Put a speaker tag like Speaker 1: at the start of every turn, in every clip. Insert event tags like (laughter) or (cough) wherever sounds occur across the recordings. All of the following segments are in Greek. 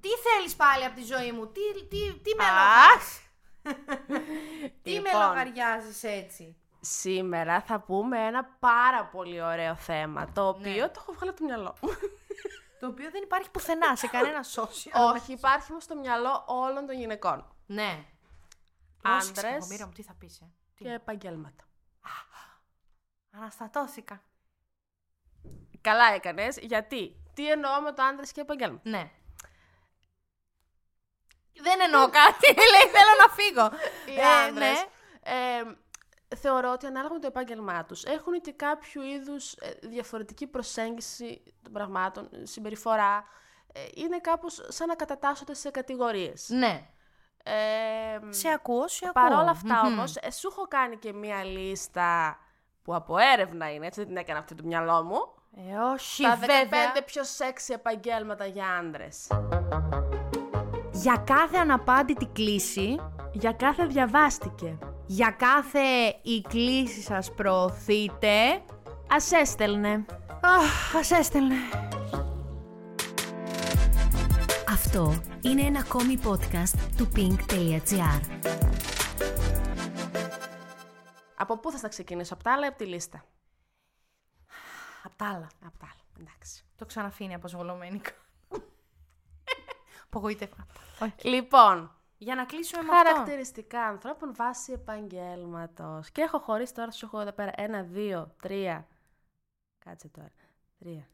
Speaker 1: θέλεις πάλι από τη ζωή μου. Τι, τι, τι, με, λογα...
Speaker 2: Αχ!
Speaker 1: τι με
Speaker 2: Λοιπόν,
Speaker 1: λογαριάζεις έτσι.
Speaker 2: σήμερα θα πούμε ένα πάρα πολύ ωραίο θέμα,
Speaker 1: Ναι.
Speaker 2: το οποίο το έχω βγάλει από το μυαλό μου.
Speaker 1: Το οποίο δεν υπάρχει πουθενά σε (laughs) κανένα social.
Speaker 2: Όχι, υπάρχει όμως στο μυαλό όλων των γυναικών
Speaker 1: Ναι.
Speaker 2: Άντρες.
Speaker 1: Πρόσεξε, εγώ, Μύρα μου, τι θα πεις, ε. Τι.
Speaker 2: και επαγγέλματα.
Speaker 1: Αναστατώθηκα.
Speaker 2: Καλά έκανες, γιατί, τι εννοώ με το άντρες και επαγγέλματα.
Speaker 1: Ναι. Δεν εννοώ κάτι, (laughs) λέει θέλω να φύγω.
Speaker 2: οι
Speaker 1: Ε,
Speaker 2: άνδρες,
Speaker 1: ναι.
Speaker 2: ε, θεωρώ ότι ανάλογα με το επάγγελμά τους έχουν και κάποιο είδους ε, διαφορετική προσέγγιση των πραγμάτων, ε, συμπεριφορά. Ε, είναι κάπως σαν να κατατάσσονται σε κατηγορίες.
Speaker 1: Ναι.
Speaker 2: Ε,
Speaker 1: Σε ακούω, σε ακούω.
Speaker 2: Παρ' όλα αυτά
Speaker 1: Μμμ.
Speaker 2: όμως, ε, σου έχω κάνει και μία λίστα που από έρευνα είναι, έτσι δεν την έκανα αυτή του μυαλό μου.
Speaker 1: Ε, όχι,
Speaker 2: Τα 15
Speaker 1: βέβαια.
Speaker 2: πιο σεξι επαγγέλματα για άνδρες.
Speaker 1: Για κάθε αναπάντητη κλίση,
Speaker 2: Για κάθε διαβάστηκε.
Speaker 1: για κάθε η κλίση σας προωθείτε,
Speaker 2: Ας έστελνε.
Speaker 1: αχ, ας έστελνε.
Speaker 3: Αυτό είναι ένα ακόμη podcast του pink.gr.
Speaker 2: Από πού θα στα ξεκινήσω, από τα άλλα ή από τη λίστα.
Speaker 1: Απ' τα άλλα.
Speaker 2: Από τα άλλα, εντάξει.
Speaker 1: Το ξαναφήνει αποσβολωμένη. Απογοήτευμα. Όχι.
Speaker 2: Λοιπόν,
Speaker 1: Για να κλείσουμε με αυτό.
Speaker 2: χαρακτηριστικά ανθρώπων βάσει επαγγέλματος. Και έχω χωρίσει τώρα, σου έχω εδώ πέρα. Ένα, δύο, τρία. Κάτσε τώρα. Τρία.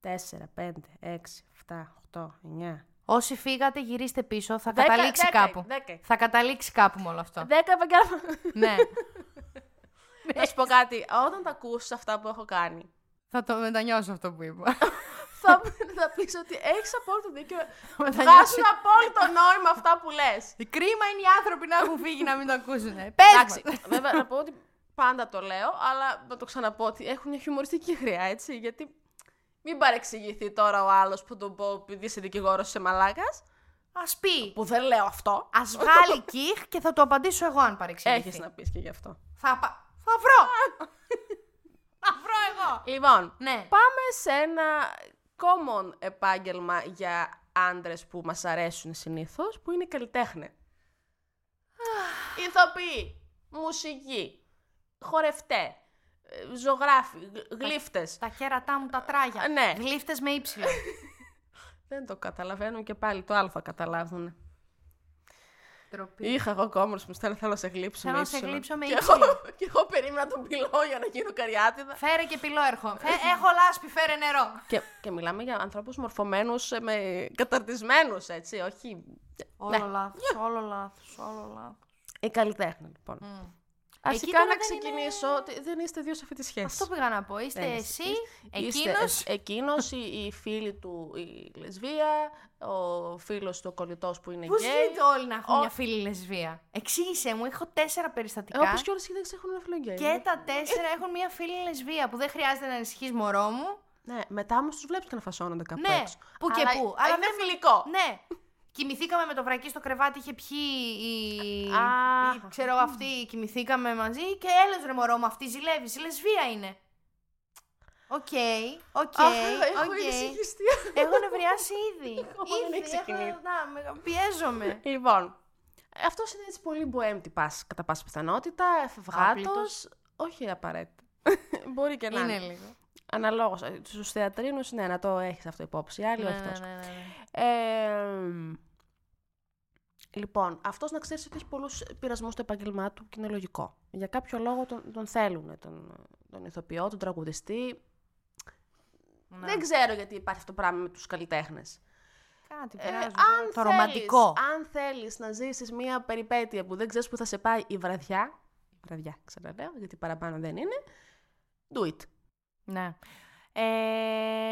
Speaker 2: Τέσσερα, πέντε, έξι, εφτά, οχτώ, εννιά.
Speaker 1: Όσοι φύγατε, γυρίστε πίσω, θα
Speaker 2: Δέκα,
Speaker 1: καταλήξει
Speaker 2: δέκα,
Speaker 1: κάπου.
Speaker 2: δέκα.
Speaker 1: Θα καταλήξει κάπου με όλο αυτό.
Speaker 2: Δέκα επαγγέλματα.
Speaker 1: (laughs) ναι.
Speaker 2: Να σου πω κάτι. Όταν τα ακούσει αυτά που έχω κάνει,
Speaker 1: Θα το μετανιώσω αυτό που είπα.
Speaker 2: θα, θα πεις ότι έχεις απόλυτο δίκιο.
Speaker 1: μετανιώσει.
Speaker 2: Βγάζουν απόλυτο νόημα αυτά που λες.
Speaker 1: (laughs) Κρίμα είναι οι άνθρωποι να έχουν φύγει να μην το ακούσουν.
Speaker 2: Εντάξει,
Speaker 1: Ναι. Εντάξει.
Speaker 2: (laughs) βέβαια να πω ότι πάντα το λέω, αλλά να το ξαναπώ ότι έχουν μια χιουμοριστική χρειά, έτσι. Γιατί μην παρεξηγηθεί τώρα ο άλλος που τον πω επειδή είσαι δικηγόρος σε μαλάκας.
Speaker 1: Ας πει.
Speaker 2: Που δεν λέω αυτό.
Speaker 1: Ας (laughs) βγάλει κιχ και θα το απαντήσω εγώ αν παρεξηγηθεί.
Speaker 2: Έχεις να πεις και γι' αυτό.
Speaker 1: Θα, πα... θα βρω. (laughs) θα βρω εγώ.
Speaker 2: Λοιπόν,
Speaker 1: Ναι.
Speaker 2: πάμε σε ένα common επάγγελμα για άντρες που μας αρέσουν συνήθως, που είναι οι καλλιτέχνε. Ηθοποιοί, μουσικοί, χορευτέ, ε, ζωγράφοι, γλύφτες.
Speaker 1: Τα χέρατά μου τα τράγια.
Speaker 2: Ναι.
Speaker 1: Γλύφτες με ύψιλο.
Speaker 2: Δεν το καταλαβαίνουν και πάλι το άλλο θα καταλάβουν.
Speaker 1: Ντροπή.
Speaker 2: Είχα εγώ κόμμα που στέλνει θέλω να σε γλύψω
Speaker 1: Θέλω
Speaker 2: με
Speaker 1: να σε
Speaker 2: ύψιλον».
Speaker 1: γλύψω με
Speaker 2: και
Speaker 1: ύψιλον.
Speaker 2: εγώ, και εγώ περίμενα τον πυλό για να γίνω καριάτιδα.
Speaker 1: Φέρε και πυλό έρχομαι. Φε- Έχω λάσπη, φέρε νερό.
Speaker 2: και, και μιλάμε για ανθρώπους μορφωμένους, ε, με, καταρτισμένους, έτσι, όχι...
Speaker 1: Όλο λάθος, όλο λάθος, όλο λάθος.
Speaker 2: Οι καλλιτέχνες, λοιπόν.
Speaker 1: Εκεί
Speaker 2: Αρχικά
Speaker 1: τώρα
Speaker 2: να
Speaker 1: δεν είναι-
Speaker 2: ξεκινήσω ότι δεν είστε δύο σε αυτή τη σχέση.
Speaker 1: Αυτό πήγα να πω. Είστε
Speaker 2: Δεν
Speaker 1: εσύ,
Speaker 2: Είστε
Speaker 1: εκείνος.
Speaker 2: εσ- εκείνος, η, η φίλη του η λεσβία, ο φίλος του ο κολλητός που είναι
Speaker 1: Πώς
Speaker 2: γκέι.
Speaker 1: γίνεται όλοι να έχουν
Speaker 2: Ο-
Speaker 1: μια φίλη λεσβία. Εξήγησέ μου, έχω τέσσερα
Speaker 2: Ε,
Speaker 1: περιστατικά.
Speaker 2: Όπως και όλες οι γυναίκες έχουν ένα φίλο γκέι.
Speaker 1: Και τα τέσσερα έχουν μια φίλη λεσβία που δεν χρειάζεται να ανησυχείς μωρό μου.
Speaker 2: Ναι, μετά όμως τους βλέπεις και να φασώνονται κάπου
Speaker 1: Ναι,
Speaker 2: έξω.
Speaker 1: που και που. Αλλά
Speaker 2: Αλλά είναι φιλικό.
Speaker 1: Ναι. Κοιμηθήκαμε με το βρακί στο κρεβάτι, είχε πιει η.
Speaker 2: Α.
Speaker 1: η- ξέρω εγώ, αυτή, κοιμηθήκαμε μαζί και έλεος ρε μωρό μου, αυτή ζηλεύει. Η λεσβία είναι. Οκ, οκ,
Speaker 2: Αχ, έχω
Speaker 1: οκ.
Speaker 2: ανησυχιστεί.
Speaker 1: Έχω νευριάσει ήδη.
Speaker 2: Ακόμα δεν
Speaker 1: ήδη,
Speaker 2: έχει ξεκινήσει.
Speaker 1: έχω, να, με- πιέζομαι.
Speaker 2: (laughs) Λοιπόν, αυτός είναι έτσι πολύ bohem τυπάς, κατά πάσα πιθανότητα, εφευγάτο.
Speaker 1: Άπλητος.
Speaker 2: Όχι απαραίτητα. (laughs) Μπορεί και να είναι.
Speaker 1: είναι
Speaker 2: Αναλόγως.
Speaker 1: λίγο.
Speaker 2: Αναλόγως. Στους θεατρίνους, ναι, να το έχεις αυτό υπόψη. Οι άλλοι,
Speaker 1: Ναι,
Speaker 2: όχι τόσο. Ε, λοιπόν, αυτός να ξέρεις ότι έχει πολλούς πειρασμούς στο επάγγελμά του και είναι λογικό. Για κάποιο λόγο τον, τον θέλουν, τον, τον ηθοποιό, τον τραγουδιστή.
Speaker 1: Ναι.
Speaker 2: Δεν ξέρω γιατί υπάρχει αυτό το πράγμα με τους καλλιτέχνες.
Speaker 1: Κάτι
Speaker 2: Ε,
Speaker 1: περάζω.
Speaker 2: αν
Speaker 1: το ρομαντικό.
Speaker 2: Θέλεις, αν θέλεις να ζήσεις μία περιπέτεια που δεν ξέρεις που θα σε πάει η βραδιά, βραδιά ξαναλέω, γιατί παραπάνω δεν είναι, do it.
Speaker 1: Ναι. Ε,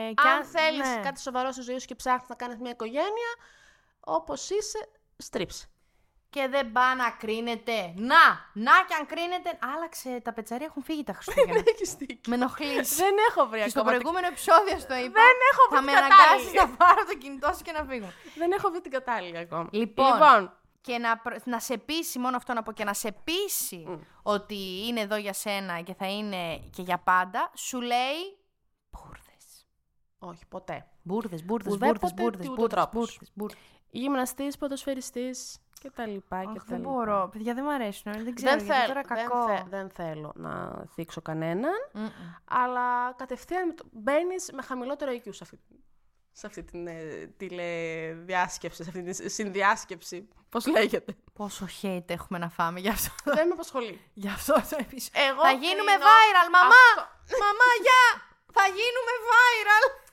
Speaker 2: Και
Speaker 1: και
Speaker 2: αν, θέλεις
Speaker 1: ναι.
Speaker 2: κάτι σοβαρό στη ζωή σου και ψάχνεις να κάνεις μία οικογένεια, όπως είσαι, στρίψε.
Speaker 1: Και δεν πά να κρίνετε. Να! Να και αν κρίνετε. Άλλαξε. Τα πετσαρία έχουν φύγει τα
Speaker 2: (laughs)
Speaker 1: Χριστούγεννα.
Speaker 2: Έχεις δίκιο.
Speaker 1: με ενοχλείς.
Speaker 2: Δεν έχω βρει
Speaker 1: Και στο
Speaker 2: ακόμα. την-
Speaker 1: προηγούμενο επεισόδιο στο είπα.
Speaker 2: Δεν έχω βρει
Speaker 1: Θα με
Speaker 2: την κατάλληλη.
Speaker 1: αναγκάσει να πάρω το κινητό σου και να φύγω.
Speaker 2: Δεν έχω βρει την κατάλληλη ακόμα.
Speaker 1: Λοιπόν.
Speaker 2: λοιπόν
Speaker 1: Και να, προ- να σε πείσει, μόνο αυτό να πω, και να σε πείσει ότι είναι εδώ για σένα και θα είναι και για πάντα, σου λέει. Πούρδε.
Speaker 2: όχι, ποτέ.
Speaker 1: Μπούρδε, μπούρδε, μπούρδε,
Speaker 2: Ουδέποτε
Speaker 1: μπούρδε.
Speaker 2: τι ούτε
Speaker 1: Μπούρδε,
Speaker 2: τρόπος.
Speaker 1: μπούρδε, μπούρδε.
Speaker 2: Γυμναστής, ποδοσφαιριστής και τα λοιπά και τα
Speaker 1: Δεν
Speaker 2: λοιπά.
Speaker 1: μπορώ. Παιδιά, δεν μου αρέσουν. ε, Δεν ξέρω.
Speaker 2: Δεν,
Speaker 1: γιατί
Speaker 2: θέλ,
Speaker 1: Τώρα
Speaker 2: δεν,
Speaker 1: κακό.
Speaker 2: θε- δεν θέλω να θίξω κανέναν,
Speaker 1: Μμμ.
Speaker 2: αλλά κατευθείαν μπαίνεις με χαμηλότερο IQ σε αυτή, σε αυτή την ε, τηλεδιάσκεψη, σε αυτή την συνδιάσκεψη. Πώς
Speaker 1: (laughs)
Speaker 2: λέγεται.
Speaker 1: Πόσο hate έχουμε να φάμε γι' αυτό,
Speaker 2: δεν με απασχολεί.
Speaker 1: γι αυτό το επεισόδιο.
Speaker 2: Εγώ
Speaker 1: Θα γίνουμε
Speaker 2: κρίνω
Speaker 1: viral, μαμά!
Speaker 2: αυτό-
Speaker 1: Μαμά, γεια! Θα γίνουμε viral!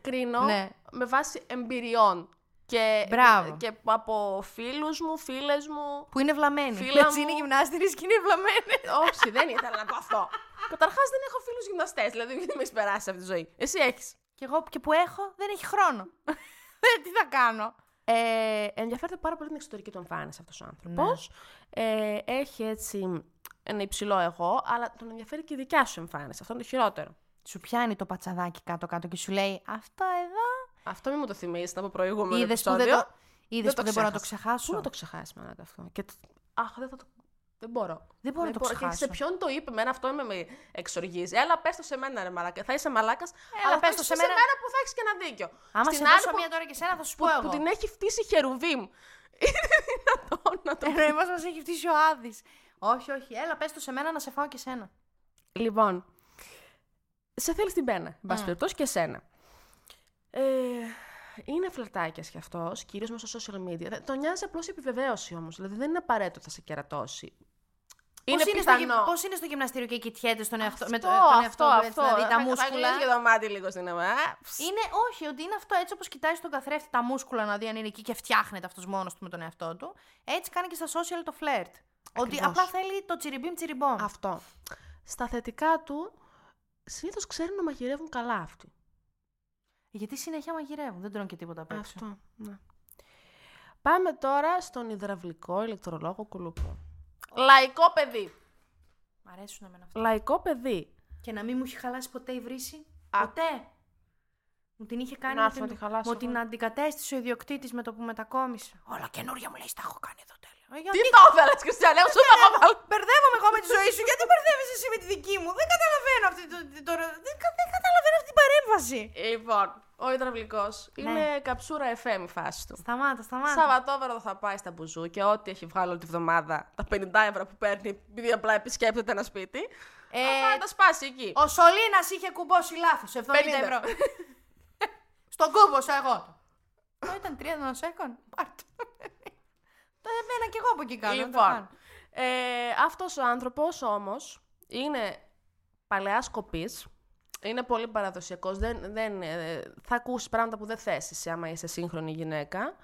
Speaker 2: κρίνω
Speaker 1: Ναι.
Speaker 2: με βάση εμπειριών. Και,
Speaker 1: Μπράβο.
Speaker 2: και από φίλους μου, φίλες μου.
Speaker 1: Που είναι βλαμμένοι.
Speaker 2: Φίλα
Speaker 1: Έτσι
Speaker 2: μου.
Speaker 1: είναι γυμνάστηρες και είναι βλαμμένοι.
Speaker 2: (laughs) Όχι, δεν ήθελα να πω αυτό. Καταρχάς δεν έχω φίλους γυμναστές, δηλαδή δεν με έχεις περάσει αυτή τη ζωή. Εσύ έχεις.
Speaker 1: Και εγώ και που έχω δεν έχει
Speaker 2: (laughs)
Speaker 1: χρόνο. Ε, Τι θα κάνω.
Speaker 2: Ε, ενδιαφέρεται πάρα πολύ την εξωτερική του εμφάνιση αυτός ο άνθρωπος. Ε, έχει έτσι ένα υψηλό εγώ, αλλά τον ενδιαφέρει και η δικιά σου εμφάνιση. Αυτό είναι το χειρότερο.
Speaker 1: Σου πιάνει το πατσαδάκι κάτω-κάτω και σου λέει Αυτό εδώ.
Speaker 2: Αυτό μην μου το θυμίζει από προηγούμενο
Speaker 1: Είδες που
Speaker 2: επεισόδιο.
Speaker 1: δεν το. Είδες
Speaker 2: Δεν
Speaker 1: που
Speaker 2: το
Speaker 1: δεν μπορώ να το
Speaker 2: ξέχασα. Πού
Speaker 1: ξεχάσω.
Speaker 2: να το ξεχάσεις, μάνα αυτό. Και... το- Αχ, δεν θα το. Δεν μπορώ.
Speaker 1: Δεν μπορώ να το
Speaker 2: Και
Speaker 1: ξεχάσω.
Speaker 2: σε ποιον το είπε, εμένα αυτό με, με εξοργίζει. Έλα, πες το σε μένα, ρε Μαλάκα. Θα είσαι μαλάκας.
Speaker 1: Έλα,
Speaker 2: αλλά
Speaker 1: πες
Speaker 2: θα
Speaker 1: το
Speaker 2: είσαι
Speaker 1: σε μένα.
Speaker 2: που θα έχεις και ένα δίκιο.
Speaker 1: Άμα
Speaker 2: Στην
Speaker 1: σε
Speaker 2: άλλη
Speaker 1: δώσω
Speaker 2: που-
Speaker 1: μία τώρα και σένα θα σου
Speaker 2: που,
Speaker 1: πω εγώ.
Speaker 2: που την έχει φτύσει χερουβίμ. (laughs) Είναι δυνατόν να το
Speaker 1: Ενώ Ε, εμάς μας έχει φτύσει ο Άδης. Όχι, όχι. Έλα, πες το σε μένα να σε φάω και σένα.
Speaker 2: Λοιπόν, σε θέλεις την πένα, εν
Speaker 1: Ναι.
Speaker 2: πάση περιπτώσει και σένα. Ε, είναι φλερτάκια κι αυτός, κυρίως μέσα στο social media. Δε- Το νοιάζει απλώς η επιβεβαίωση όμως. Δηλαδή δεν είναι απαραίτητο ότι θα σε κερατώσει.
Speaker 1: Πώς είναι, στο, γυμ- πώς είναι στο γυμναστήριο και κοιτιέται στον εαυτό, με το, τον εαυτό του, έτσι, δηλαδή τα
Speaker 2: Θα- Θα
Speaker 1: μούσκουλα.
Speaker 2: κλείνεις και το μάτι λίγο στην αίμα.
Speaker 1: Είναι όχι, ότι είναι αυτό έτσι όπως κοιτάει στον καθρέφτη τα μούσκουλα να δει αν είναι εκεί και φτιάχνεται αυτός μόνος του με τον εαυτό του. Έτσι κάνει και στα social το φλερτ. Ότι απλά θέλει το τσιριμπίμ τσιριμπόμ.
Speaker 2: Αυτό. Στα θετικά του, συνήθως ξέρουν να μαγειρεύουν καλά αυτοί.
Speaker 1: Γιατί συνέχεια μαγειρεύουν, δεν τρώνε και τίποτα απ' έξω.
Speaker 2: Αυτό, ναι. Πάμε τώρα στον υδραυλικό ηλεκτρολόγο κουλουπού. Λαϊκό παιδί.
Speaker 1: Μ' αρέσουν εμένα αυτά.
Speaker 2: Λαϊκό παιδί.
Speaker 1: Και να μην μου έχει χαλάσει ποτέ η βρύση.
Speaker 2: Α.
Speaker 1: Ποτέ. Μου την είχε κάνει.
Speaker 2: Να
Speaker 1: μου
Speaker 2: έρθω να
Speaker 1: την-
Speaker 2: τη χαλάσω
Speaker 1: Μου
Speaker 2: εγώ.
Speaker 1: την αντικατέστησε ο ιδιοκτήτης με το που μετακόμισε. ναι. Όλα καινούρια μου λέει, τα έχω κάνει εδώ τέλειο. Ε,
Speaker 2: Τι
Speaker 1: Γιατί
Speaker 2: το ήθελες, (laughs) Χριστιανέ, σου το έχω βάλει.
Speaker 1: Μπερδεύομαι εγώ με τη ζωή σου. Γιατί μπερδεύεσαι εσύ με τη δική μου. Δεν καταλαβαίνω αυτή, το, το, δεν, κα- δεν καταλαβαίνω αυτή την παρέμβαση.
Speaker 2: Λοιπόν, ο υδραυλικό είναι καψούρα FM η φάση του.
Speaker 1: Σταμάτα, σταμάτα.
Speaker 2: Σαββατόβραδο θα πάει στα μπουζού και ό,τι έχει βγάλει όλη τη βδομάδα, τα 50 ευρώ που παίρνει, επειδή απλά επισκέπτεται ένα σπίτι.
Speaker 1: Ε,
Speaker 2: θα τα σπάσει εκεί.
Speaker 1: Ο Σολίνας είχε κουμπώσει λάθος. 70
Speaker 2: 50.
Speaker 1: ευρώ. Στον κούμπωσα εγώ. Το ήταν 30 νοσέκων. Πάρτε. Το εμένα κι εγώ από εκεί κάνω. το κάνω.
Speaker 2: Λοιπόν, ε, αυτός ο άνθρωπος όμως είναι παλαιάς κοπής, είναι πολύ παραδοσιακός, δεν, δεν, ε, θα ακούσεις πράγματα που δεν θες εσύ άμα είσαι σύγχρονη γυναίκα.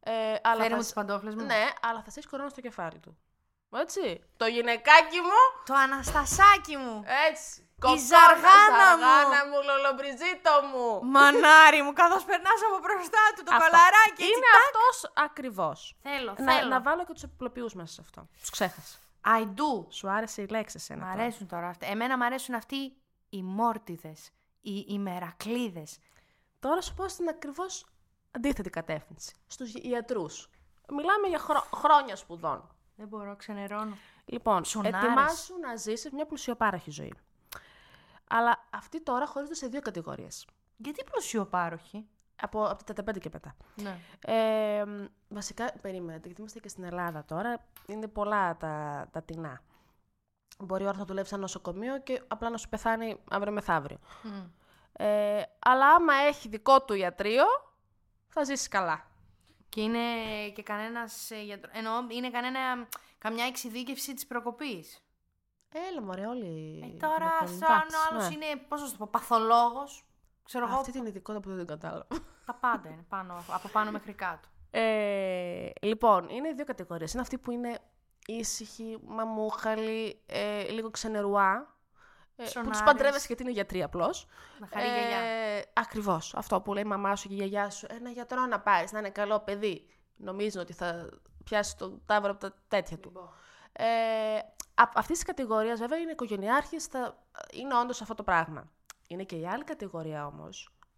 Speaker 2: Ε, αλλά
Speaker 1: Φέρε
Speaker 2: θα,
Speaker 1: μου
Speaker 2: σ-
Speaker 1: τις παντόφλες μου.
Speaker 2: ναι, αλλά θα στήσει κορώνα στο κεφάλι του. Έτσι, το γυναικάκι μου,
Speaker 1: Το Αναστασάκι μου.
Speaker 2: έτσι. κοπάνα,
Speaker 1: ζαργάνα μου.
Speaker 2: ζαργάνα μου, λολομπριζίτο μου.
Speaker 1: Μανάρι μου, καθώς περνάς από μπροστά του το
Speaker 2: Αυτό.
Speaker 1: κολαράκι. έτσι.
Speaker 2: Είναι αυτός ακριβώς.
Speaker 1: Θέλω,
Speaker 2: Να,
Speaker 1: θέλω.
Speaker 2: να βάλω και τους επιπλοποιούς μέσα σε αυτό. Τους ξέχασα.
Speaker 1: I do.
Speaker 2: Σου άρεσε η λέξη σε
Speaker 1: Μ'
Speaker 2: ένα.
Speaker 1: αρέσουν τώρα αυτά. Εμένα μ' αρέσουν αυτοί οι μόρτιδες, οι, οι μερακλίδες.
Speaker 2: Τώρα σου πω στην ακριβώς αντίθετη κατεύθυνση. Στους ιατρού. Μιλάμε για χρο- χρόνια σπουδών.
Speaker 1: Δεν μπορώ, ξενερώνω.
Speaker 2: Λοιπόν,
Speaker 1: Ψωνάρες.
Speaker 2: ετοιμάσου να ζήσει μια πλουσιοπάραχη ζωή. Αλλά αυτή τώρα χωρίζονται σε δύο κατηγορίες.
Speaker 1: Γιατί πλουσιοπάροχοι.
Speaker 2: Από, από τα 35 και μετά.
Speaker 1: Ναι.
Speaker 2: Ε, μ, βασικά, περίμενε, γιατί είμαστε και στην Ελλάδα τώρα. Είναι πολλά τα, τα τεινά. Μπορεί ώρα να δουλεύει σε ένα νοσοκομείο και απλά να σου πεθάνει αύριο μεθαύριο. Ε, αλλά άμα έχει δικό του ιατρείο, θα ζήσει καλά.
Speaker 1: Και είναι και κανένας ε, γιατρο... Εννοώ, είναι κανένα, καμιά εξειδίκευση της προκοπής.
Speaker 2: Έλα μωρέ όλοι.
Speaker 1: Ε, τώρα,
Speaker 2: έχουν,
Speaker 1: σαν
Speaker 2: Ε, εντάξει,
Speaker 1: ο άλλος
Speaker 2: ναι.
Speaker 1: είναι, πώς να σου το πω, παθολόγος. Ξέρω εγώ,
Speaker 2: Αυτή την ειδικότητα που δεν την κατάλαβα.
Speaker 1: τα πάντα είναι πάνω, από πάνω μέχρι κάτω.
Speaker 2: Ε, λοιπόν, είναι δύο κατηγορίες. Είναι αυτοί που είναι ήσυχοι, μαμούχαλοι, ε, λίγο ξενερουά. ε, που τους
Speaker 1: Ψωνάρες.
Speaker 2: παντρεύεσαι γιατί είναι γιατροί απλώς.
Speaker 1: Να χαρεί η
Speaker 2: Ε,
Speaker 1: γιαγιά.
Speaker 2: Ακριβώς. Αυτό που λέει η μαμά σου και η γιαγιά σου. Ένα γιατρό να πάρεις, να είναι καλό παιδί. Νομίζουν ότι θα πιάσει τον τάβρο από τα τέτοια του. Ε, αυτής της κατηγορίας, βέβαια, είναι οικογενειάρχε, είναι όντως αυτό το πράγμα. Είναι και η άλλη κατηγορία όμως,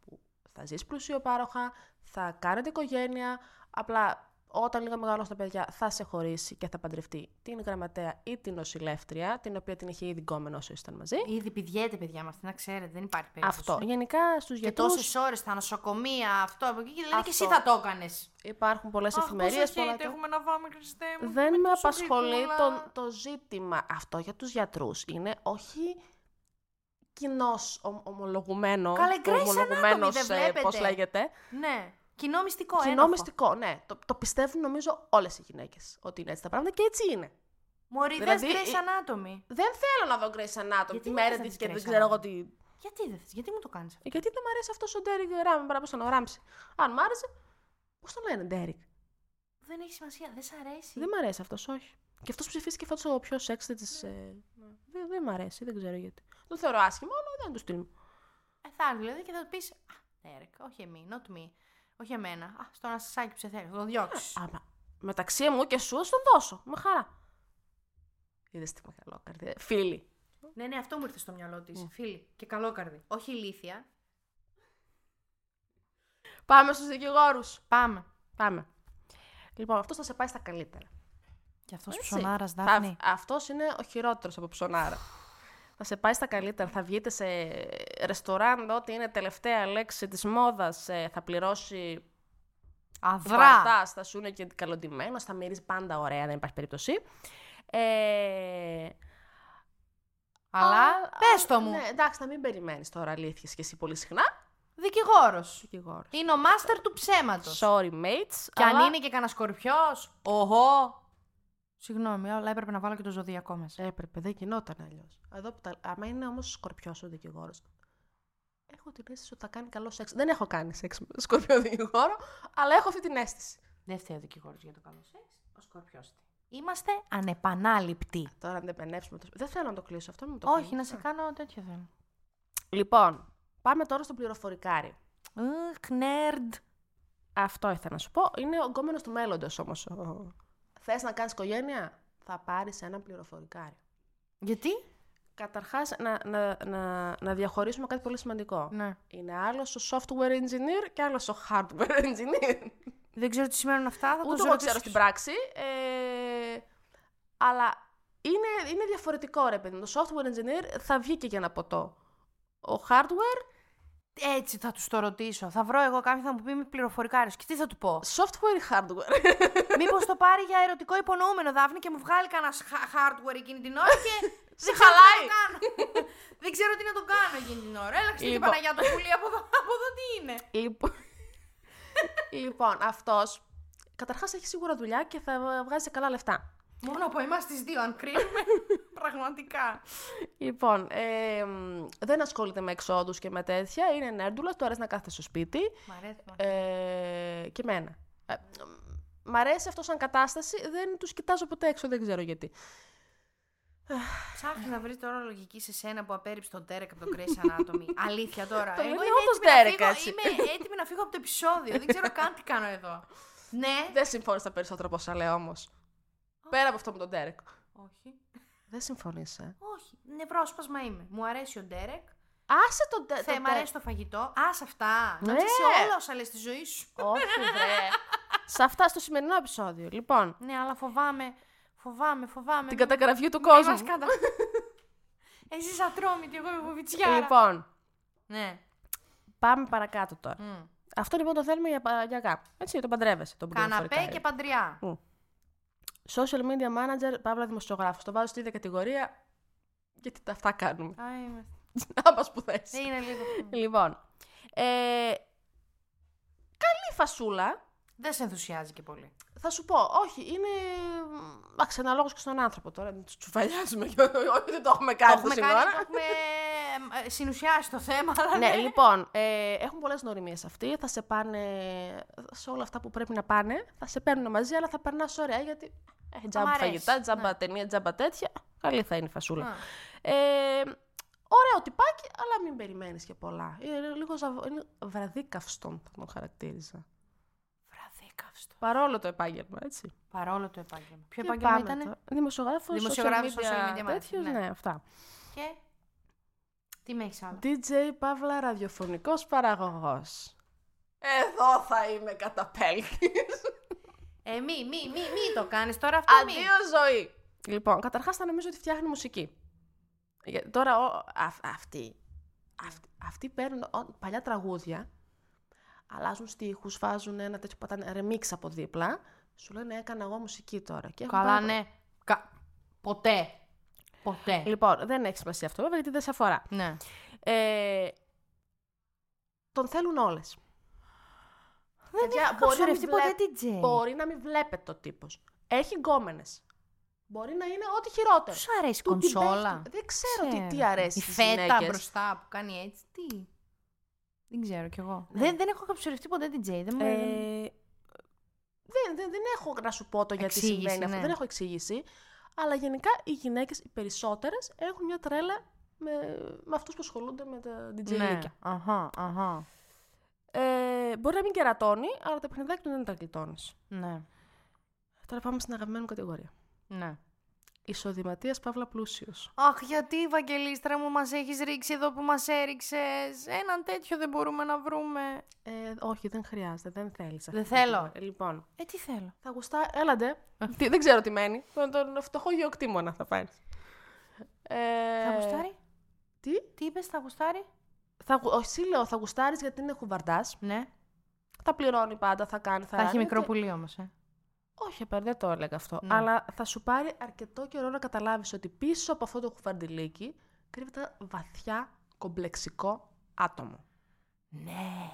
Speaker 2: που θα ζεις πλουσιοπάροχα, θα κάνετε οικογένεια, απλά όταν λίγο μεγαλώσουν τα παιδιά, θα σε χωρίσει και θα παντρευτεί την γραμματέα ή την νοσηλεύτρια, την οποία την είχε ήδη γκόμενο όσο ήταν μαζί.
Speaker 1: Ήδη πηγαίνετε, παιδιά μας, να ξέρετε, δεν υπάρχει περίπτωση.
Speaker 2: Αυτό. Γενικά στους
Speaker 1: Και
Speaker 2: γιατρούς
Speaker 1: τόσες ώρες στα νοσοκομεία, αυτό από εκεί. Και λένε και
Speaker 2: Αυτό.
Speaker 1: εσύ θα το έκανες.
Speaker 2: υπάρχουν πολλές εφημερίε.
Speaker 1: έχουμε να πάμε, Χριστέ μου.
Speaker 2: Δεν με
Speaker 1: τόσο
Speaker 2: απασχολεί
Speaker 1: γλυκούλα.
Speaker 2: το, το ζήτημα. Αυτό για τους γιατρούς είναι όχι κοινώ ομολογουμένος.
Speaker 1: Καλά, Grey's
Speaker 2: ομολογουμένος,
Speaker 1: Anatomy δεν
Speaker 2: ε, πώς
Speaker 1: βλέπετε.
Speaker 2: λέγεται.
Speaker 1: Ναι. Κοινό μυστικό,
Speaker 2: Κοινό
Speaker 1: ένοχο.
Speaker 2: μυστικό, ναι. Το, το πιστεύουν νομίζω όλες οι γυναίκες ότι είναι έτσι τα πράγματα και έτσι είναι.
Speaker 1: Μωρή, δεν
Speaker 2: Δηλαδή,
Speaker 1: Grey's
Speaker 2: η-
Speaker 1: Anatomy.
Speaker 2: Δεν θέλω να δω Grey's Anatomy,
Speaker 1: Γιατί
Speaker 2: τη
Speaker 1: δεν θες να
Speaker 2: Meredith
Speaker 1: δεις
Speaker 2: και δεν
Speaker 1: Grey's
Speaker 2: ξέρω εγώ
Speaker 1: Anatomy?
Speaker 2: τι.
Speaker 1: Γιατί δεν θες, γιατί μου το κάνεις αυτό.
Speaker 2: Γιατί δεν μου αρέσει αυτός ο Derek Ram, παρά πώς τον ο Ράμψη. Αν μ' άρεσε, πώς τον λένε Derek.
Speaker 1: Δεν έχει σημασία, δεν σ' αρέσει.
Speaker 2: Δεν μ' αρέσει αυτός, όχι. Και αυτός ψηφίστηκε φέτος ο πιο σεξ της... ε, δεν, δεν μ' αρέσει, δεν ξέρω γιατί. Το θεωρώ άσχημο, αλλά δεν είναι το στυλ μου.
Speaker 1: Ε, θα έρθει δηλαδή και θα του πεις «Α, Έρικ, όχι εμείς, not me. Όχι εμένα. Α, στον Ασσάκι που σε θέλει, θα τον διώξεις».
Speaker 2: Άμα μεταξύ μου και σου, θα σου τον δώσω. Με χαρά. Είδες τι μεγάλο καρδιά. Φίλοι.
Speaker 1: Ναι, ναι, αυτό μου ήρθε στο μυαλό της. Φίλοι και καλόκαρδοι. Όχι ηλίθια.
Speaker 2: Πάμε στους δικηγόρους.
Speaker 1: Πάμε.
Speaker 2: Πάμε. Λοιπόν, αυτός θα σε πάει στα καλύτερα.
Speaker 1: Και αυτός
Speaker 2: Έτσι.
Speaker 1: ψωνάρας,
Speaker 2: Θα- αυτός είναι ο χειρότερος από ψωνάρα. θα σε πάει στα καλύτερα. Θα βγείτε σε ρεστοράν, ό,τι είναι τελευταία λέξη της μόδας. Θα πληρώσει
Speaker 1: Αδρά.
Speaker 2: Βαρτά, θα σου είναι και καλοντημένος, θα μυρίζει πάντα ωραία, δεν υπάρχει περίπτωση. Ε,
Speaker 1: Αλλά
Speaker 2: α-
Speaker 1: πες το μου.
Speaker 2: Ναι, εντάξει, να μην περιμένεις τώρα αλήθειες και εσύ πολύ συχνά.
Speaker 1: Δικηγόρος.
Speaker 2: Δικηγόρος.
Speaker 1: Είναι ο μάστερ του ψέματος.
Speaker 2: Sorry, mates.
Speaker 1: Και
Speaker 2: αλλά-
Speaker 1: αν είναι και κανένα σκορπιός. Οχώ. Συγγνώμη, αλλά έπρεπε να βάλω και το ζωδιακό μα.
Speaker 2: Έπρεπε, δεν γινόταν αλλιώς. Εδώ που τα... Άμα είναι όμως σκορπιός ο δικηγόρος. Έχω την αίσθηση ότι θα κάνει καλό σεξ. Δεν έχω κάνει σεξ με σκορπιό δικηγόρο, αλλά έχω αυτή την αίσθηση.
Speaker 1: Δεν φταίει ο δικηγόρος για το καλό σεξ. Ο σκορπιός. Είμαστε ανεπανάληπτοι.
Speaker 2: Τώρα αν δεν πενέψουμε. το- Δεν θέλω να το κλείσω αυτό, μην μου το
Speaker 1: Όχι,
Speaker 2: κλείνεις.
Speaker 1: να σε κάνω τέτοιο θέλω.
Speaker 2: Λοιπόν, πάμε τώρα στο πληροφορικάρι.
Speaker 1: Αχ, νερντ.
Speaker 2: Αυτό ήθελα να σου πω. Είναι ο γκόμενος του μέλλοντος όμως. Θες να κάνεις οικογένεια, θα πάρεις ένα πληροφορικάρι.
Speaker 1: Γιατί?
Speaker 2: Καταρχάς, να, να, να, να διαχωρίσουμε κάτι πολύ σημαντικό.
Speaker 1: Ναι.
Speaker 2: Είναι άλλο ο software engineer και άλλο ο hardware (laughs) engineer.
Speaker 1: Δεν ξέρω τι σημαίνουν αυτά. Θα
Speaker 2: Ούτε
Speaker 1: το
Speaker 2: εγώ ξέρω στην πράξη. Ε, αλλά είναι, είναι διαφορετικό ρε παιδί. μου. Το software engineer θα βγει και για ένα ποτό. Ο hardware,
Speaker 1: Έτσι θα τους το ρωτήσω. Θα βρω εγώ κάποιον θα μου πει με πληροφορικάρι. Και τι θα του πω. (laughs)
Speaker 2: software ή hardware.
Speaker 1: Μήπως το πάρει για ερωτικό υπονοούμενο, Δάφνη, και μου βγάλει κανένα hardware εκείνη την ώρα (laughs) και.
Speaker 2: Σε
Speaker 1: δεν ξέρω τι να
Speaker 2: χαλάει.
Speaker 1: το κάνω. (laughs) δεν ξέρω τι να το κάνω εκείνη την ώρα. Έλα, ξέρει
Speaker 2: Λοιπόν.
Speaker 1: Παναγιά το πουλί από εδώ, (laughs) από εδώ τι είναι.
Speaker 2: λοιπόν, (laughs) λοιπόν αυτός καταρχάς έχει σίγουρα δουλειά και θα βγάζει καλά λεφτά.
Speaker 1: Μόνο από εμάς τις δύο, αν κρίνουμε. (laughs) Πραγματικά.
Speaker 2: Λοιπόν, ε, μ, δεν ασχολείται με εξόδους και με τέτοια. Είναι νέρντουλας, του αρέσει να κάθεται στο σπίτι.
Speaker 1: Μ' αρέσει. μ' αρέσει.
Speaker 2: Ε, και εμένα. Ε, μ' αρέσει αυτό σαν κατάσταση. Δεν τους κοιτάζω ποτέ έξω, δεν ξέρω γιατί.
Speaker 1: Ψάχνεις να βρεις τώρα λογική σε σένα που απέρριψε τον Τέρεκ από τον Grace Anatomy. Αλήθεια τώρα.
Speaker 2: Το
Speaker 1: Εγώ
Speaker 2: λένε
Speaker 1: είμαι
Speaker 2: όντως
Speaker 1: έτοιμη να
Speaker 2: Derek,
Speaker 1: φύγω-
Speaker 2: έτσι.
Speaker 1: Είμαι έτοιμη να φύγω από το επεισόδιο. Δεν ξέρω καν τι κάνω εδώ. Ναι.
Speaker 2: Δεν συμφώνησα περισσότερο από όσα λέω όμως. Πέρα από αυτό με τον Τέρεκ.
Speaker 1: Όχι.
Speaker 2: Δεν συμφώνησα.
Speaker 1: Όχι. Νευρόσπασμα είμαι. Μου αρέσει ο Ντέρεκ.
Speaker 2: Άσε τον Ε, Τέρεκ.
Speaker 1: Θε, μ' αρέσει το φαγητό. Ας, σε αυτά.
Speaker 2: Ναι.
Speaker 1: Ναι. σε όλα όσα λες στη ζωή σου.
Speaker 2: Όχι,
Speaker 1: (laughs)
Speaker 2: βρε. Σε αυτά στο σημερινό επεισόδιο. Λοιπόν,
Speaker 1: Ναι, αλλά φοβάμαι. Φοβάμαι, φοβάμαι.
Speaker 2: την καταγραφή του
Speaker 1: Μη
Speaker 2: κόσμου.
Speaker 1: μας κατα... (laughs) Εσύ ατρόμητη, εγώ εγώ βιτσιάρα.
Speaker 2: Λοιπόν,
Speaker 1: Ναι.
Speaker 2: πάμε παρακάτω τώρα.
Speaker 1: Μμ.
Speaker 2: Αυτό λοιπόν το θέλουμε για, πα- για αγάπη. Έτσι, τον παντρεύεσαι. Τον
Speaker 1: Καναπέ
Speaker 2: πληροφορικάρι.
Speaker 1: και παντριά.
Speaker 2: Social media manager, παύλα δημοσιογράφος. Το βάζω στην ίδια κατηγορία, γιατί τα αυτά κάνουμε.
Speaker 1: Α, είμαι.
Speaker 2: Να πας που θες.
Speaker 1: Δεν είναι λίγο.
Speaker 2: (laughs) Λοιπόν, ε, καλή φασούλα.
Speaker 1: Δεν σε ενθουσιάζει και πολύ.
Speaker 2: Θα σου πω, όχι, είναι. Εντάξει, αναλόγως και στον άνθρωπο τώρα. Μην τους τσουφαλιάζουμε και όχι, δεν το έχουμε
Speaker 1: Το
Speaker 2: κάνει
Speaker 1: έχουμε
Speaker 2: σήμερα.
Speaker 1: κάνει, το έχουμε ε, συνουσιάσει το θέμα, αλλά
Speaker 2: ναι,
Speaker 1: ναι.
Speaker 2: λοιπόν, ε, έχουν πολλές γνωριμίες αυτοί. Θα σε πάνε σε όλα αυτά που πρέπει να πάνε. Θα σε παίρνουν μαζί, αλλά θα περνάς ωραία γιατί. Ε, τζάμπα
Speaker 1: μ' αρέσει,
Speaker 2: φαγητά, τζάμπα
Speaker 1: ναι.
Speaker 2: ταινία, τζάμπα τέτοια. Καλή θα είναι η φασούλα.
Speaker 1: Α.
Speaker 2: Ε, ωραίο τυπάκι, αλλά μην περιμένεις και πολλά. Είναι λίγο ζαβ... είναι βραδίκαυστον, θα τον χαρακτήριζα.
Speaker 1: Βραδίκαυστο.
Speaker 2: Παρόλο το επάγγελμα, έτσι.
Speaker 1: Παρόλο το επάγγελμα. Ποιο
Speaker 2: Και
Speaker 1: επάγγελμα
Speaker 2: πάμε
Speaker 1: ήταν.
Speaker 2: τώρα. Δημοσιογράφος,
Speaker 1: Δημοσιογράφος,
Speaker 2: social media,
Speaker 1: social media manager,
Speaker 2: τέτοιος,
Speaker 1: ναι.
Speaker 2: ναι, αυτά.
Speaker 1: Και. Τι με έχεις άλλο.
Speaker 2: DJ Παύλα ραδιοφωνικός παραγωγός. Εδώ θα είμαι καταπέλκης.
Speaker 1: Ε, Ε, μη, μη, μη, μη το κάνεις τώρα αυτό. μη.
Speaker 2: Αντίο ζωή. Λοιπόν, καταρχάς θα νομίζω ότι φτιάχνει μουσική. Για- Τώρα ο, α, αυτοί, αυτοί, αυτοί παίρνουν ο- παλιά τραγούδια, αλλάζουν στίχους, βάζουν ένα τέτοιο πατάνε, remix από δίπλα. Σου λένε έκανα εγώ μουσική τώρα. Και έχουν
Speaker 1: Καλά,
Speaker 2: πάρα-
Speaker 1: ναι. Κα... Ποτέ. Ποτέ.
Speaker 2: Λοιπόν, δεν έχει σημασία αυτό βέβαια γιατί δεν σε αφορά.
Speaker 1: Ναι.
Speaker 2: Ε, τον θέλουν όλες.
Speaker 1: Δεν
Speaker 2: Παιδιά,
Speaker 1: έχει
Speaker 2: μπορεί να μην
Speaker 1: ξορευτεί ποτέ
Speaker 2: βλέπει-
Speaker 1: DJ.
Speaker 2: Μπορεί να μην βλέπετε ο τύπος. Έχει γκόμενες. Μπορεί να είναι ό,τι χειρότερο.
Speaker 1: Σου αρέσει η
Speaker 2: Του την
Speaker 1: κονσόλα.
Speaker 2: πέφτει. Δεν ξέρω τι, τι αρέσει
Speaker 1: Η
Speaker 2: στις
Speaker 1: φέτα
Speaker 2: γυναίκες.
Speaker 1: μπροστά που κάνει έτσι. Τι. Δεν ξέρω κι εγώ. Δεν, δεν έχω καψουρευτεί ποτέ DJ. Δεν μου
Speaker 2: Ναι. Ε, δεν, δεν, δεν έχω να σου πω το γιατί
Speaker 1: Εξήγηση,
Speaker 2: συμβαίνει αυτό.
Speaker 1: ναι.
Speaker 2: Δεν έχω εξήγηση. Αλλά γενικά οι γυναίκες, οι περισσότερες, έχουν μια τρέλα με, με αυτούς που ασχολούνται με τα DJ
Speaker 1: Ναι.
Speaker 2: λύκια.
Speaker 1: Αχα, αχα.
Speaker 2: Ε, μπορεί να μην κερατώνει, αλλά τα παιχνιδάκια του δεν τα γλιτώνεις.
Speaker 1: Ναι.
Speaker 2: Τώρα πάμε στην αγαπημένη μου κατηγορία.
Speaker 1: Ναι.
Speaker 2: Ισοδηματίας Παύλα Πλούσιος.
Speaker 1: Αχ, γιατί, Βαγγελίστρα μου, μας έχεις ρίξει εδώ που μας έριξες. Έναν τέτοιο δεν μπορούμε να βρούμε.
Speaker 2: Ε, όχι, δεν χρειάζεται, δεν θέλεις. αυτή
Speaker 1: Δεν
Speaker 2: την
Speaker 1: θέλω.
Speaker 2: κατηγορία. Λοιπόν,
Speaker 1: Ε, τι θέλω.
Speaker 2: θα γουστά, έλαντε.
Speaker 1: Ε.
Speaker 2: Τι- δεν ξέρω τι μένει. Τον, τον φτωχό γεωκτήμονα θα πάρεις. Ε,
Speaker 1: Θα γουστάρει.
Speaker 2: Τι?
Speaker 1: Τι είπες, θα γουστάρει.
Speaker 2: Θα, γου- όχι, εσύ λέω, θα γουστάρεις γιατί είναι χουβαρτά.
Speaker 1: Ναι.
Speaker 2: Θα πληρώνει πάντα, θα κάνει. Θα,
Speaker 1: Θα έχει
Speaker 2: είναι
Speaker 1: μικρό
Speaker 2: και-
Speaker 1: πουλί όμως, ε.
Speaker 2: Όχι, απέρ, δεν το έλεγα αυτό.
Speaker 1: Ναι.
Speaker 2: Αλλά θα σου πάρει αρκετό καιρό να καταλάβεις ότι πίσω από αυτό το χουβαρντιλίκι κρύβεται ένα βαθιά κομπλεξικό άτομο.
Speaker 1: Ναι.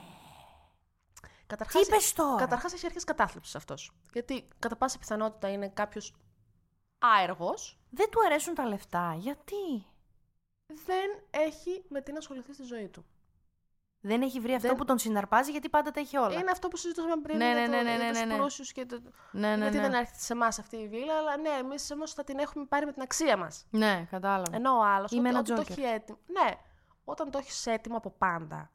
Speaker 1: Τι
Speaker 2: Καταρχά.
Speaker 1: είπες τώρα.
Speaker 2: Καταρχάς έχει αρχές κατάθλιψης αυτός. Γιατί κατά πάσα πιθανότητα είναι κάποιος άεργος,
Speaker 1: Δεν του αρέσουν τα λεφτά. Γιατί.
Speaker 2: δεν έχει με τι να ασχοληθεί στη ζωή του.
Speaker 1: Δεν έχει βρει αυτό
Speaker 2: Δεν-
Speaker 1: που τον συναρπάζει γιατί πάντα τα έχει όλα.
Speaker 2: Είναι αυτό που συζητούσαμε πριν
Speaker 1: Ναι,
Speaker 2: για,
Speaker 1: ναι,
Speaker 2: το,
Speaker 1: ναι, ναι,
Speaker 2: για
Speaker 1: ναι,
Speaker 2: τους
Speaker 1: ναι.
Speaker 2: πλούσιους και το,
Speaker 1: Ναι, ναι,
Speaker 2: Γιατί
Speaker 1: ναι.
Speaker 2: δεν έρχεται σε εμάς αυτή η βίλα, αλλά ναι, εμείς όμω θα την έχουμε πάρει με την αξία μας.
Speaker 1: Ναι, κατάλαβα.
Speaker 2: Ενώ ο άλλος.
Speaker 1: Είμαι ένα
Speaker 2: όταν το
Speaker 1: Joker.
Speaker 2: έχει έτοιμο. Ναι, όταν το έχεις έτοιμο από πάντα.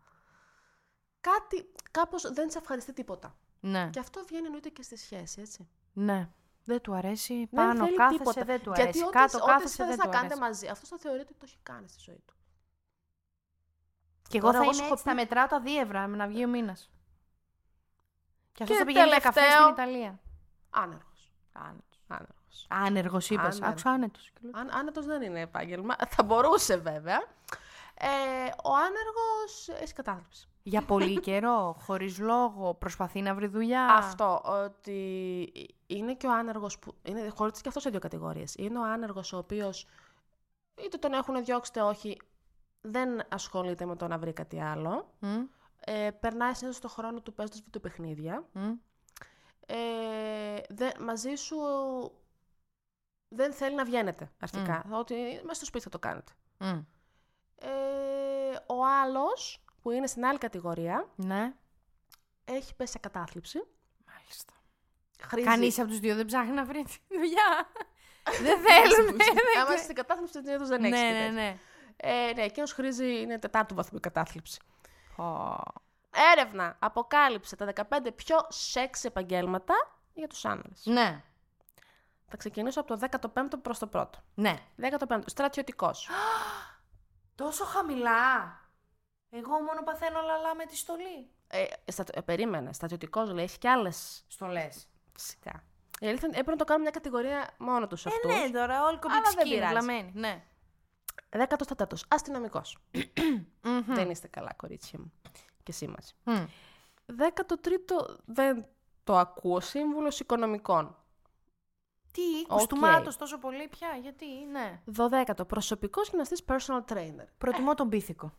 Speaker 2: Κάτι κάπως δεν σε ευχαριστεί τίποτα.
Speaker 1: Ναι,
Speaker 2: Και αυτό βγαίνει εννοείται και στη σχέση, έτσι.
Speaker 1: ναι. Δεν του αρέσει.
Speaker 2: Δεν
Speaker 1: Πάνω
Speaker 2: θέλει
Speaker 1: κάθεσαι,
Speaker 2: τίποτα.
Speaker 1: δεν του αρέσει.
Speaker 2: Γιατί ό,τι
Speaker 1: Κάτω
Speaker 2: ό,τι
Speaker 1: κάθεσαι,
Speaker 2: θες
Speaker 1: δεν
Speaker 2: να
Speaker 1: του
Speaker 2: κάνετε
Speaker 1: αρέσει.
Speaker 2: μαζί, αυτό θα θεωρεί ότι το έχει κάνει στη ζωή του.
Speaker 1: Και εγώ
Speaker 2: Τώρα
Speaker 1: θα
Speaker 2: εγώ
Speaker 1: είμαι
Speaker 2: σου
Speaker 1: έτσι,
Speaker 2: έχω
Speaker 1: θα
Speaker 2: πει-
Speaker 1: μετράω τα δίευρα με να βγει ο μήνας. Και αυτό
Speaker 2: Και
Speaker 1: θα πηγαίνει για καφέ
Speaker 2: τελευταίο-
Speaker 1: στην Ιταλία.
Speaker 2: Άνεργος. Άνεργος.
Speaker 1: Άνεργος είπες.
Speaker 2: Άνεργος.
Speaker 1: Άκουσα άνετος.
Speaker 2: Αν άνετος δεν είναι επάγγελμα. (laughs) Θα μπορούσε βέβαια. Ε, ο άνεργος έχει κατάθλιψη.
Speaker 1: Για πολύ καιρό, χωρίς λόγο, προσπαθεί να βρει δουλειά.
Speaker 2: Αυτό ότι είναι και ο άνεργος που. Είναι, χωρίζεται και αυτός σε δύο κατηγορίες. Είναι ο άνεργος ο οποίος είτε τον έχουν διώξει είτε όχι, δεν ασχολείται με το να βρει κάτι άλλο.
Speaker 1: Μμ,
Speaker 2: Ε, περνάει συνήθως το χρόνο του παίζοντας βιντεοπαιχνίδια.
Speaker 1: μμ.
Speaker 2: Ε, δε, μαζί σου δεν θέλει να βγαίνετε αρχικά. Ότι μέσα στο σπίτι θα το κάνετε.
Speaker 1: Μμ.
Speaker 2: Ε, ο άλλος που είναι στην άλλη κατηγορία
Speaker 1: Ναι.
Speaker 2: έχει πέσει σε κατάθλιψη.
Speaker 1: Μάλιστα.
Speaker 2: Χρήζει-
Speaker 1: Κανείς από τους δύο δεν ψάχνει να βρει τη δουλειά. (laughs) δεν θέλουν.
Speaker 2: Άμα είσαι στην κατάθλιψη, συνήθω δεν
Speaker 1: Ναι,
Speaker 2: έχει.
Speaker 1: ναι, ναι.
Speaker 2: Ε, ναι, εκείνο χρήζει είναι τετάρτου βαθμού κατάθλιψη.
Speaker 1: Πω.
Speaker 2: Έρευνα αποκάλυψε τα 15 πιο σεξ επαγγέλματα για τους άνδρες.
Speaker 1: Ναι,
Speaker 2: Θα ξεκινήσω από το 15ο προς το πρώτο.
Speaker 1: ναι.
Speaker 2: 15ο, στρατιωτικός.
Speaker 1: Τόσο χαμηλά. Εγώ μόνο παθαίνω λαλά με τη στολή.
Speaker 2: Ε, στα, ε, περίμενε. Στρατιωτικός λέει, έχει κι άλλες.
Speaker 1: Στολές.
Speaker 2: Φυσικά. Η αλήθεια είναι, έπρεπε να το κάνουμε μια κατηγορία μόνο τους αυτού.
Speaker 1: Ε, ναι, τώρα όλοι
Speaker 2: δεν
Speaker 1: κομπλεξικοί
Speaker 2: πειράζει.
Speaker 1: βλαμμένοι. Ναι.
Speaker 2: 14ο, αστυνομικό. Δεν είστε καλά, κορίτσια μου. Και εσύ μαζί. 13ο, δεν το ακούω. Σύμβουλος οικονομικών.
Speaker 1: Τι οίκους
Speaker 2: Οκ.
Speaker 1: του μάτος τόσο πολύ πια, γιατί, ναι.
Speaker 2: 12ο. Προσωπικός γυμναστής personal trainer.
Speaker 1: Προτιμώ τον πίθηκο.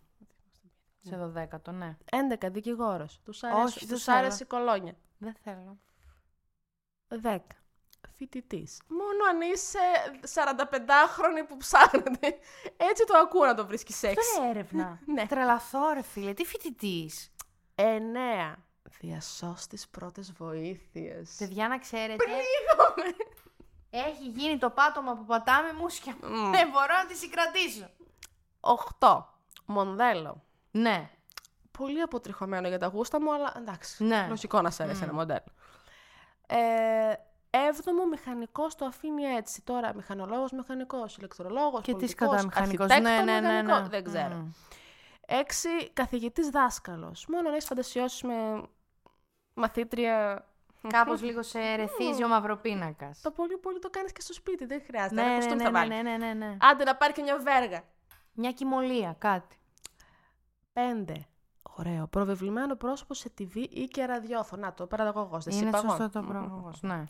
Speaker 1: Σε δωδέκατο, ναι.
Speaker 2: 11. Δικηγόρος. Τους
Speaker 1: Όχι,
Speaker 2: άρεσε,
Speaker 1: δεν
Speaker 2: τους
Speaker 1: θέλω.
Speaker 2: άρεσε η κολόνια.
Speaker 1: Δεν θέλω.
Speaker 2: 10. Φοιτητής. Μόνο αν είσαι 45χρονη που ψάχνετε. Έτσι το ακούω να το βρίσκεις σεξ.
Speaker 1: Αυτό είναι έρευνα.
Speaker 2: Ναι.
Speaker 1: Τρελαθώ, ρε φίλε. Τι φοιτητής.
Speaker 2: 9. Διασώ τις πρώτες βοήθειες.
Speaker 1: Παιδιά, να ξέρετε. Έχει γίνει το πάτωμα που πατάμε μουσια. (laughs) Δεν μπορώ να τη συγκρατήσω.
Speaker 2: 8. Μοντέλο.
Speaker 1: Ναι.
Speaker 2: Πολύ αποτριχωμένο για τα γούστα μου, αλλά εντάξει.
Speaker 1: Ναι.
Speaker 2: Λογικό να σε αρέσει ένα μοντέλο. Ε, έβδομο μηχανικό το αφήνει έτσι. Τώρα μηχανολόγος, μηχανικός, ηλεκτρολόγος.
Speaker 1: Και Ναι, τι κατά μηχανικό.
Speaker 2: Δεν ξέρω.
Speaker 1: Mm. (laughs)
Speaker 2: Έξι, καθηγητής δάσκαλος. Μόνο να έχει φαντασιώσεις με μαθήτρια
Speaker 1: Κάπως λίγο σε ρεθίζει ο μαυροπίνακα.
Speaker 2: Το πολύ πολύ το κάνεις και στο σπίτι, δεν χρειάζεται.
Speaker 1: Ναι,
Speaker 2: Ένα
Speaker 1: ναι,
Speaker 2: κουστούμι
Speaker 1: ναι,
Speaker 2: θα
Speaker 1: ναι,
Speaker 2: βάλει.
Speaker 1: ναι, ναι, ναι, ναι.
Speaker 2: Άντε να πάρει και μια βέργα.
Speaker 1: Μια κοιμωλία, κάτι.
Speaker 2: Πέντε. Ωραίο. Προβεβλημένο πρόσωπο σε TV ή και ραδιόφωνο. Να το, παραγωγός. Δεν
Speaker 1: Είναι
Speaker 2: είπα εγώ.
Speaker 1: σωστό το
Speaker 2: Μμμ.
Speaker 1: πράγμα. Ναι,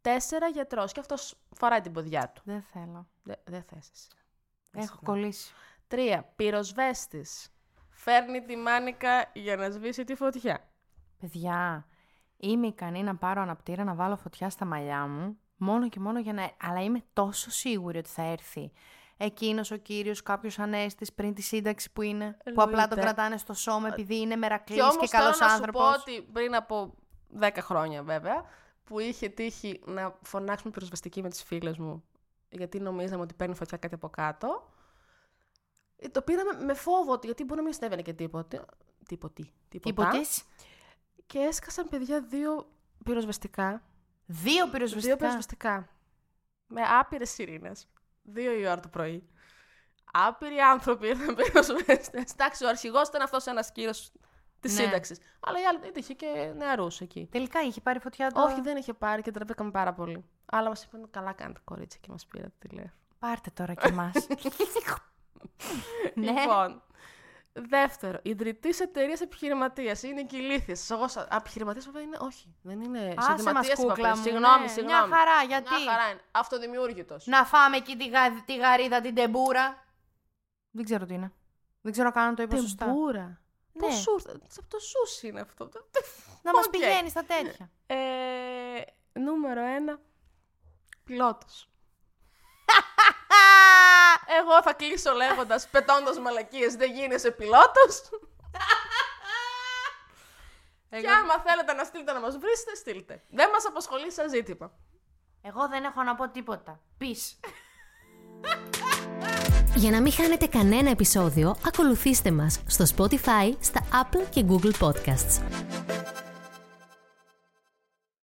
Speaker 2: Τέσσερα γιατρός. Και αυτός φοράει την ποδιά του.
Speaker 1: δεν θέλω.
Speaker 2: Δε- Δεν θε εσύ. Δεν
Speaker 1: Έχω
Speaker 2: σε θέλω.
Speaker 1: κολλήσει.
Speaker 2: Τρία. Πυροσβέστης. Φέρνει τη μάνικα για να σβήσει τη φωτιά.
Speaker 1: Παιδιά, είμαι ικανή να πάρω αναπτήρα να βάλω φωτιά στα μαλλιά μου, μόνο και μόνο για να. Αλλά είμαι τόσο σίγουρη ότι θα έρθει εκείνος ο κύριος, κάποιος ανέστης πριν τη σύνταξη που είναι, που απλά τον
Speaker 2: Εννοείται.
Speaker 1: κρατάνε στο σώμα επειδή είναι μερακλής
Speaker 2: Και όμως
Speaker 1: και
Speaker 2: θέλω
Speaker 1: καλό
Speaker 2: να σου
Speaker 1: άνθρωπος.
Speaker 2: πω ότι πριν από δέκα χρόνια βέβαια, που είχε τύχει να φωνάξουμε πυροσβεστική με τις φίλες μου, γιατί νομίζαμε ότι παίρνει φωτιά κάτι από κάτω. Ε, Το πήραμε με φόβο, ότι- γιατί μπορεί να μην συνέβαινε και τίποτα. Τίποτη. Τίποτα. Και έσκασαν παιδιά δύο πυροσβεστικά.
Speaker 1: Δύο
Speaker 2: Δύο
Speaker 1: πυροσβεστικά.
Speaker 2: πυροσβεστικά. Με άπειρες σιρήνες. Δύο η ώρα το πρωί. Άπειροι άνθρωποι (laughs) ήρθαν πυροσβεστέ. Εντάξει, ο αρχηγός ήταν αυτός ένας κύριος της
Speaker 1: Ναι.
Speaker 2: σύνταξης. Αλλά οι άλλοι ήταν είχε και νεαρούς εκεί.
Speaker 1: Τελικά είχε πάρει φωτιά το.
Speaker 2: Όχι, δεν είχε πάρει και τραπήκαμε πάρα πολύ. Αλλά μας είπαν καλά κάνετε κορίτσια και μας πήρατε τηλέφωνο.
Speaker 1: Πάρτε τώρα κι
Speaker 2: (laughs)
Speaker 1: εμάς. ναι.
Speaker 2: Λοιπόν, δεύτερο, ιδρυτής εταιρείας επιχειρηματίας. Είναι και ηλίθιε. Εγώ, σαν- α, επιχειρηματία βέβαια είναι. Όχι, δεν είναι.
Speaker 1: Άσε μας
Speaker 2: συνδηματίας είπα
Speaker 1: κούκλα
Speaker 2: πριν.
Speaker 1: μου.
Speaker 2: Συγγνώμη,
Speaker 1: ναι.
Speaker 2: συγγνώμη.
Speaker 1: Μια χαρά, γιατί.
Speaker 2: Μια χαρά είναι. Αυτοδημιούργητος.
Speaker 1: Να φάμε εκεί τη, γα... τη γαρίδα, την τεμπούρα. Δεν ξέρω τι είναι. Δεν ξέρω καν αν το είπα σωστά.
Speaker 2: Τεμπούρα.
Speaker 1: Ναι.
Speaker 2: Πώς σου ήρθε. Από το σούσι είναι αυτό.
Speaker 1: Να μας
Speaker 2: Οκ.
Speaker 1: πηγαίνεις στα τέτοια.
Speaker 2: Ε, νούμερο ένα. Πιλότος. (laughs) Εγώ θα κλείσω λέγοντας, πετώντας μαλακίες, δεν γίνεσαι πιλότος.
Speaker 1: Εγώ...
Speaker 2: Και άμα θέλετε να στείλετε να μας βρίσετε, στείλτε. Δεν μας απασχολεί σαν ζήτημα.
Speaker 1: Εγώ δεν έχω να πω τίποτα. Πεις.
Speaker 3: Για να μην χάνετε κανένα επεισόδιο, ακολουθήστε μας στο Spotify, στα Apple και Google Podcasts.